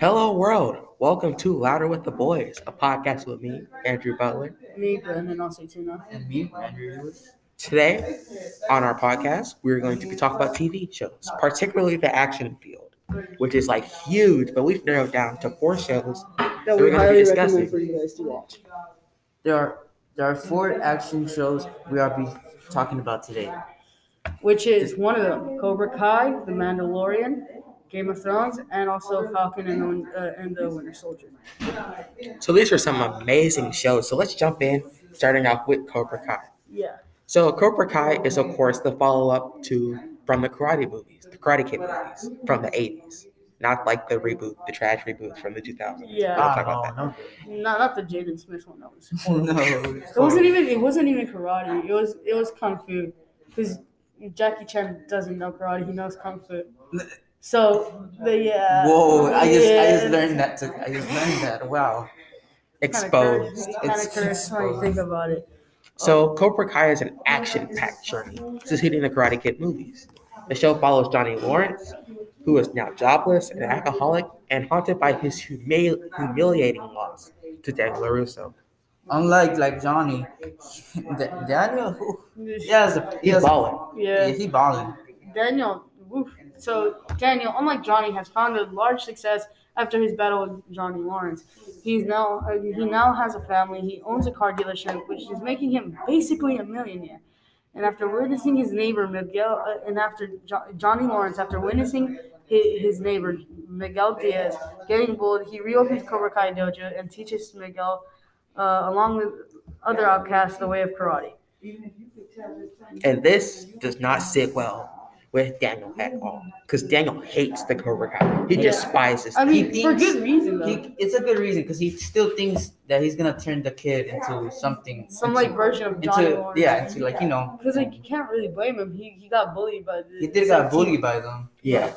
Hello, world. Welcome to Louder with the Boys, a podcast with me, Andrew Butler. Me, Brandon, also tuna. And me, Andrew Lewis. Today, on our podcast, we're going to be talking about TV shows, particularly the action field, which is like huge, but we've narrowed down to four shows. That We're we gonna be highly discussing. recommend for you guys to watch. There are there are four action shows we are be talking about today. Which is one of them: Cobra Kai, The Mandalorian, Game of Thrones, and also Falcon and the, Win- uh, and the Winter Soldier. So these are some amazing shows. So let's jump in, starting off with Cobra Kai. Yeah, So Cobra Kai is, of course, the follow-up to from the Karate movies, the Karate Kid movies from the '80s, not like the reboot, the trash reboot from the 2000s. Yeah. Ah. We'll talk about that. no, not not the Jaden Smith one. That was. no. It wasn't even. It wasn't even karate. It was. It was kung fu. Because Jackie Chan doesn't know karate. He knows kung fu. So, the yeah. Whoa! I just I just yeah. learned that. To, I just learned that. Wow. Exposed. Kind It's of cursed when you exposed. think about it. So Cobra Kai is an action-packed journey, succeeding the Karate Kid movies. The show follows Johnny Lawrence, who is now jobless, an alcoholic, and haunted by his humil- humiliating loss to Dave LaRusso. Unlike like Johnny, Da- Daniel, who he has a he He's has a- balling. Yeah. Yeah, he balling. Daniel, woof. so Daniel, oh unlike Johnny, has found a large success after his battle with Johnny Lawrence. He's now uh, he now has a family. He owns a car dealership, which is making him basically a millionaire. And after witnessing his neighbor Miguel, uh, and after jo- Johnny Lawrence, after witnessing his, his neighbor Miguel Diaz getting bullied, he reopens Cobra Kai dojo and teaches Miguel, uh, along with other outcasts, the way of karate. And this does not sit well with Daniel at all. Because Daniel hates the Cobra Kai. He Yeah. despises I mean, He for thinks- good reason though. He, it's a good reason because he still thinks that he's gonna turn the kid into something. Some into- like version of Johnny into Lawrence. yeah, into like you know, Because like you can't really blame him. He he got bullied by the Um, he did the got bullied by them. Yeah.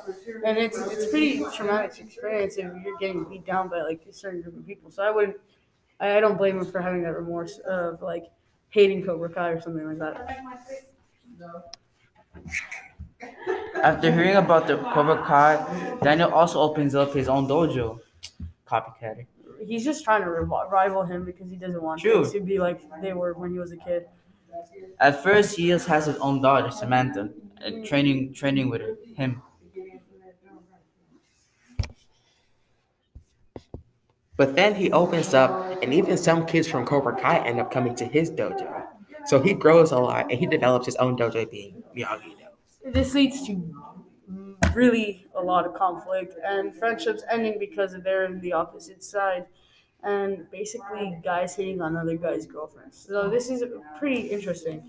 and it's it's pretty traumatic experience if you're getting beat down by like a certain group of people. So I wouldn't I, I don't blame him for having that remorse of like hating Cobra Kai or something like that. After hearing about the Cobra Kai, Daniel also opens up his own dojo. Copycat. He's just trying to rival, rival him because he doesn't want True. things to be like they were when he was a kid. At first, he just has his own daughter, Samantha, uh, training training with her, him. But then he opens up, and even some kids from Cobra Kai end up coming to his dojo. So he grows a lot and he develops his own dojo being Miyagi Do. This leads to really a lot of conflict and friendships ending because they're in the opposite side and basically guys hitting on other guys' girlfriends. So this is pretty interesting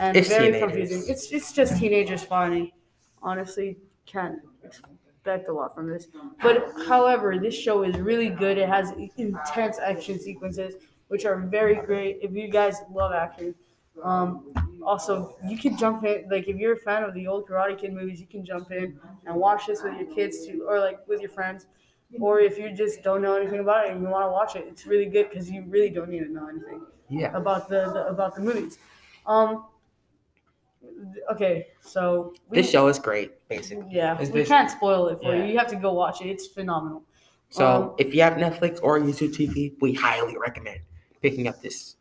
and It's very teenagers. confusing. It's it's just teenagers finding. Honestly, can't expect a lot from this. But however, this show is really good. It has intense action sequences, which are very great. If you guys love action, um, also you can jump in. Like if you're a fan of the old Karate Kid movies, you can jump in and watch this with your kids too, or like with your friends, or if you just don't know anything about it and you want to watch it, it's really good because you really don't need to know anything Yeah. about the, the about the movies. Um. th- Okay, so we, This show is great, basically. yeah, It's we basi- can't spoil it for yeah. you. You have to go watch it. It's phenomenal. Um, So if you have Netflix or YouTube TV, we highly recommend picking up this,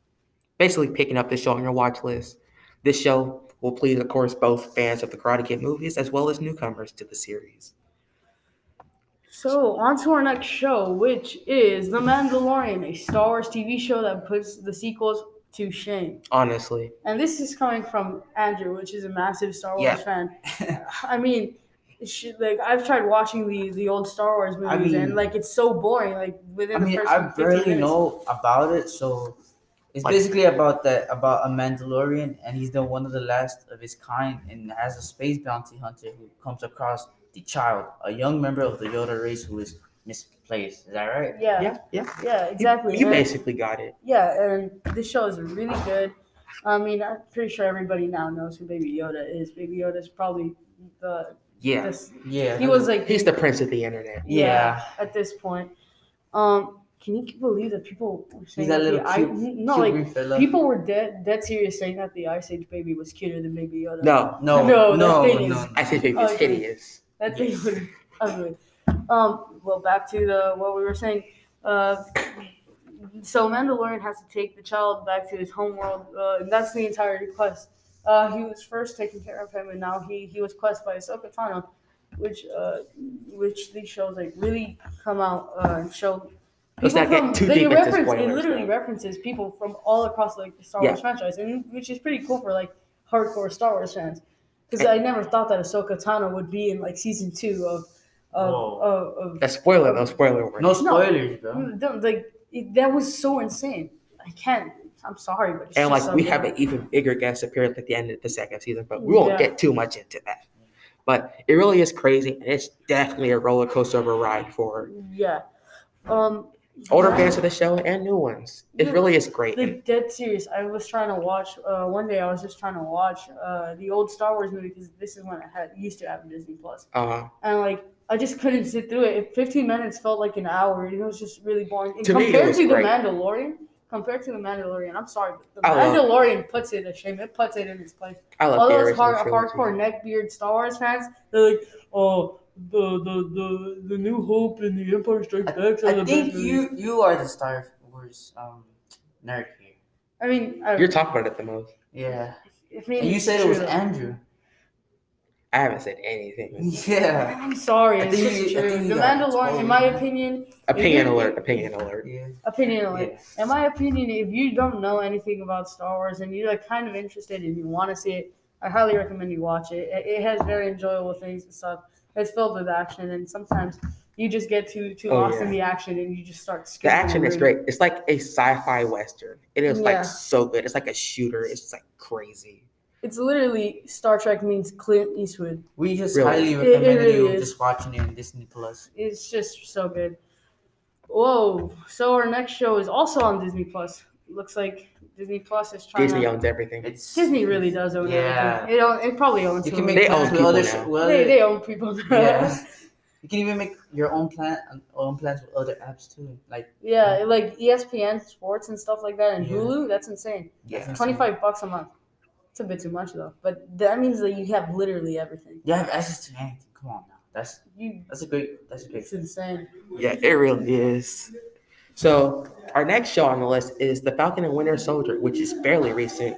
basically picking up this show on your watch list. This show will please, of course, both fans of the Karate Kid movies as well as newcomers to the series. So on to our next show, which is The Mandalorian, a Star Wars TV show that puts the sequels to shame. Honestly, And this is coming from Andrew, which is a massive Star Wars Yeah. fan. I mean, she, like I've tried watching the the old Star Wars movies, I mean- and like it's so boring. Like within I mean, the first I 15 barely minutes. know about it, so it's Like- basically about that about a Mandalorian, and he's the one of the last of his kind, and has a space bounty hunter who comes across the child, a young member of the Yoda race who is misplaced. Is that right? Yeah, yeah, yeah, yeah, exactly. You, you And- basically got it. yeah, and this show is really good. I mean, I'm pretty sure everybody now knows who Baby Yoda is. Baby Yoda is probably the, Yeah, this- Yeah. he was like he's the prince of the internet. Yeah. at this point. Um, can you believe that people were saying that the little I, cute- no, Cute like green fella. People were dead dead serious saying that the Ice Age baby was cuter than Baby Yoda. No, No, No, no, the no, thing is- no. I think baby Oh, is okay. hideous. that thing was ugly. Um, well, back to the what we were saying. Uh, so Mandalorian has to take the child back to his homeworld, uh, and that's the entire quest. Uh, he was first taking care of him, and now he he was quest by Ahsoka Tano, which uh, which these shows like really come out uh, and show. Let's not people get from- too they deep into reference- It spoilers, literally though. references people from all across like the Star Yeah. Wars franchise, and which is pretty cool for like hardcore Star Wars fans. Because And- I never thought that Ahsoka Tano would be in like season two of of Whoa. of, of That's spoiler though. Spoiler warning. No spoilers, bro. Mm, don't- like it, that was so insane. I can't. I'm sorry, but it's and just like we so have an bad. even bigger guest appearance at the end of the second season, but we won't Yeah. get too much into that. But it really is crazy, and it's definitely a roller coaster of a ride for yeah. Um, older yeah. fans of the show and new ones. It Yeah. really is great. And Like dead serious. I was trying to watch. Uh, one day I was just trying to watch uh the old Star Wars movie because this is when I had used to have Disney Plus, uh, and like I just couldn't sit through it. Fifteen minutes felt like an hour, and it was just really boring. And To me, it compared was to great. the Mandalorian, compared to the Mandalorian, I'm sorry, but the I love- Mandalorian puts it to shame. It puts it in its place. I love all the those original hard, trilogy. hardcore neckbeard Star Wars fans, they're like, oh, the the the, the New Hope and the Empire Strikes Back. are I the think best movies." you you are the Star Wars um nerd here. I mean, I, You're talking about it the most. Yeah. I mean, And you it's said it was true. Andrew. I haven't said anything. Yeah. I'm sorry, I it's think just you- I true. think you The got Mandalorian, exposed. in my opinion, Opinion you- alert. Opinion alert. Yeah. opinion, like, yeah. in my opinion, if you don't know anything about Star Wars and you're like kind of interested and you want to see it, I highly recommend you watch it. It, it has very enjoyable things and stuff. It's filled with action, and sometimes you just get too too Oh, lost yeah. in the action and you just start The skipping. action is over. great. It's like a sci-fi western. It is Yeah. like so good. It's like a shooter. It's just, like crazy. It's literally Star Trek means Clint Eastwood. We just Really. highly It- it recommend you really is. just watching it on Disney Plus. It's just so good. Whoa! So our next show is also on Disney Plus. Looks like Disney Plus is trying. Disney to, owns everything. It's Disney really does own Yeah. everything. It, own, it probably owns. You them. can make They own plans with people other. now. with they, other- they own people. yeah. You can even make your own plan, own plans with other apps too. Like Yeah, like E ESPN Sports and stuff like that, and Yeah. Hulu. That's insane. yeah, Twenty five bucks a month. It's a bit too much though, but that means that you have literally everything. You have access to anything. Come on now. That's You, that's a great. That's a great. it's insane. Yeah, it really is. So our next show on the list is The Falcon and Winter Soldier, which is fairly recent,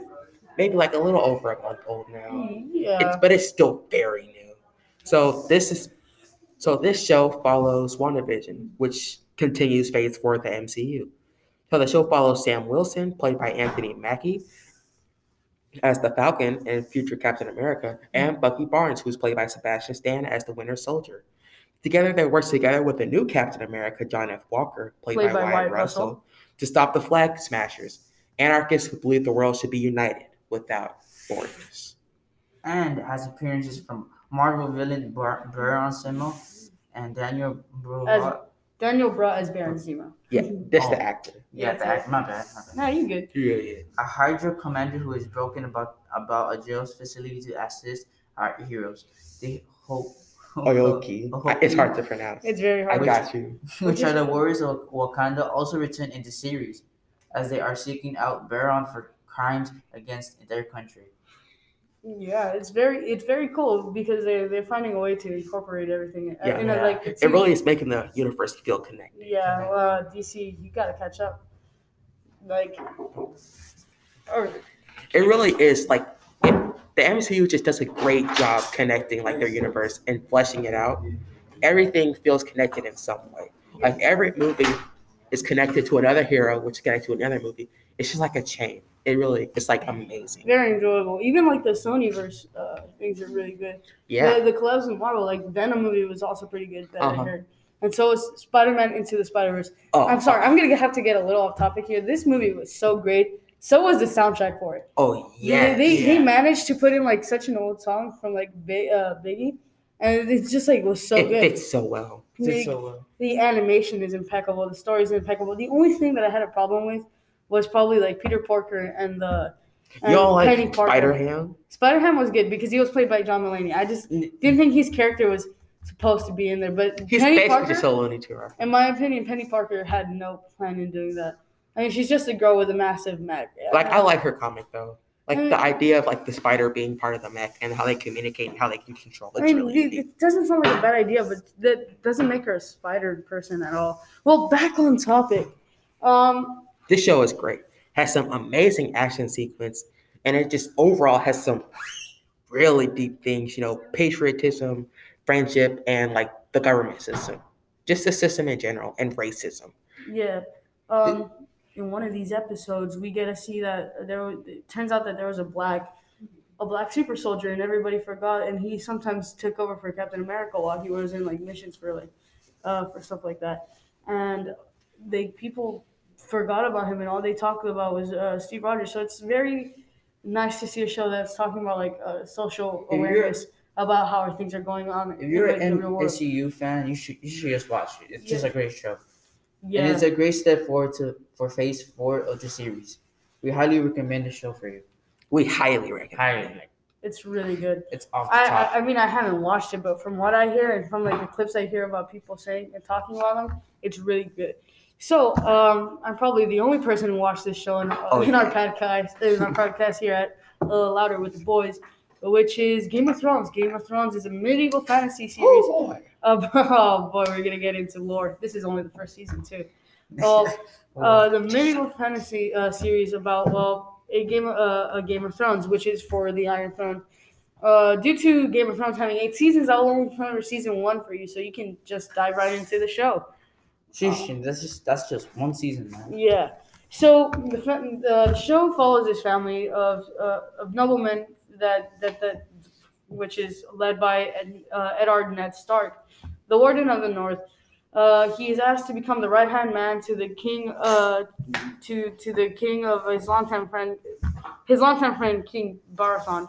maybe like a little over a month old now. It's Yeah. but it's still very new. So this is so this show follows WandaVision, which continues phase four of the MCU. So the show follows Sam Wilson, played by Anthony Mackie, as the Falcon and future Captain America, and Bucky Barnes, who's played by Sebastian Stan as the Winter Soldier. Together, they work together with the new Captain America, John F. Walker, played, by, Wyatt Russell, to stop the Flag Smashers, anarchists who believe the world should be united without borders. And it has appearances from Marvel villain Bar- Baron Simmel and Daniel Brühl. Daniel brought as Baron Zemo. Yeah, that's the Oh. actor. Yeah, that, my bad. My bad. No, you good. He really is. a Hydra commander who is broken about about a jail's facility to assist our heroes. They hope Oh, Oyoki. I- It's hard to pronounce. It's very I hard. got you. which are the warriors of Wakanda also return in the series, as they are seeking out Baron for crimes against their country. Yeah, it's very it's very cool because they they're finding a way to incorporate everything. Yeah. and I like It really is making the universe feel connected. Yeah, well, DC, you gotta catch up. Like, or It really is like it, the MCU just does a great job connecting like their universe and fleshing it out. Everything feels connected in some way. Like every movie is connected to another hero, which is connected to another movie. It's just like a chain. It really, it's like amazing. very enjoyable. Even like the Sonyverse uh, things are really good. Yeah, The, the collabs with Marvel, like Venom movie, was also pretty good that Uh-huh. I heard. And so is Spider Man Into the Spider Verse. Oh, I'm sorry, I'm gonna have to get a little off topic here. This movie was so great. So was the soundtrack for it. Oh Yeah, yeah. they, they, yeah. managed to put in like such an old song from like Bi- uh, Biggie, and it just like was so it good. fits so well. The, so well. the animation is impeccable. The story is impeccable. The only thing that I had a problem with was probably like Peter Porker and the and Y'all Penny like Parker. Spider Ham? Spider Ham was good because he was played by John Mulaney. I just N- didn't think his character was supposed to be in there, but He's Penny basically Parker. just a Looney Tunes. reference. In my opinion, Penny Parker had no plan in doing that. I mean, she's just a girl with a massive mag. Like I like her comic though. Like Mm. the idea of like the spider being part of the mech and how they communicate and how they can control I it's mean, really it, neat. it doesn't sound like a bad idea, but that doesn't make her a spider person at all. Well, back on topic. Um, This show is great. Has some amazing action sequence and it just overall has some really deep things, you know, patriotism, friendship, and like the government system. Just the system in general and racism. yeah. Um, in one of these episodes, we get to see that there. wa- It turns out that there was a black, a black super soldier, and everybody forgot. And he sometimes took over for Captain America while he was in like missions for like, uh, for stuff like that. And they people forgot about him, and all they talked about was uh, Steve Rogers. So it's very nice to see a show that's talking about like uh, social If you're- awareness about how things are going on. If you're in like, an the real world. MCU fan, you should you should just watch it. It's just a great show, yeah. and it's a great step forward to for Phase Four of the series. We highly recommend the show for you. We highly recommend Highly, like, It's really good. it's off the I, top. I I mean I haven't watched it, but from what I hear and from like the clips I hear about people saying and talking about them, it's really good. So um, I'm probably the only person who watched this show in, uh, Oh, in our podcast in our podcast here at uh, Louder with the Boys, which is Game of Thrones. Game of Thrones is a medieval fantasy series. about- oh boy, we're gonna get into lore. This is only the first season too. Well, Oh, uh, the medieval fantasy uh, series about well a game uh, a Game of Thrones, which is for the Iron Throne. Uh, due to Game of Thrones having eight seasons, I'll only cover season one for you, so you can just dive right into the show. Sheesh, that's just that's just one season, man. Yeah. So the, fa- the show follows this family of uh, of noblemen that that that which is led by Ed, uh, Edard Ned Stark, the Warden of the North. Uh, he is asked to become the right hand man to the king uh, to to the king of his longtime friend his longtime friend King Baratheon.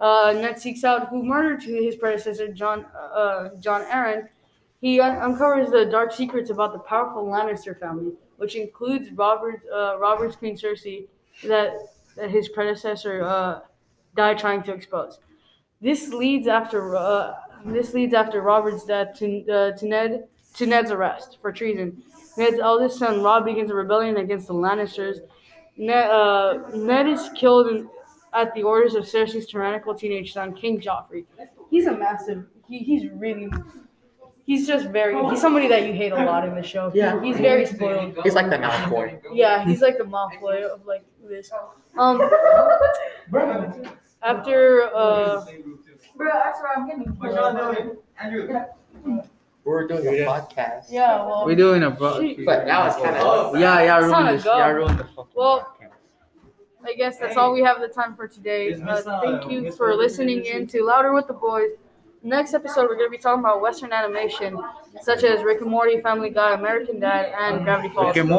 Uh, Ned seeks out who murdered his predecessor John uh, John Arryn, he un- uncovers the dark secrets about the powerful Lannister family, which includes Robert, uh, Robert's Queen Cersei, that, that his predecessor uh, died trying to expose. This leads after uh, this leads after Robert's death to, uh, to Ned to Ned's arrest for treason. Ned's eldest son Rob begins a rebellion against the Lannisters. Ned, uh, Ned is killed in, at the orders of Cersei's tyrannical teenage son King Joffrey. He's a massive. He, he's really he's just very he's somebody that you hate a lot in the show. Yeah. he's very spoiled. He's like the Malfoy. Yeah, he's like the Malfoy of like this. Um, after uh, Bro, that's where I'm getting. What y'all doing? Andrew. We're doing a podcast. yeah, well, We're doing a bro. Shoot. But now it's kind of. Yeah, yeah, It's not a ruined this. go. Yeah, ruined the fucking Well, podcast. I guess that's all we have the time for today. Is Uh, Miss, uh, thank you Miss for Wilder listening here, in to Louder with the Boys. Next episode, we're going to be talking about Western animation such as Rick and Morty, Family Guy, American Dad, and Gravity Falls. Rick and Morty.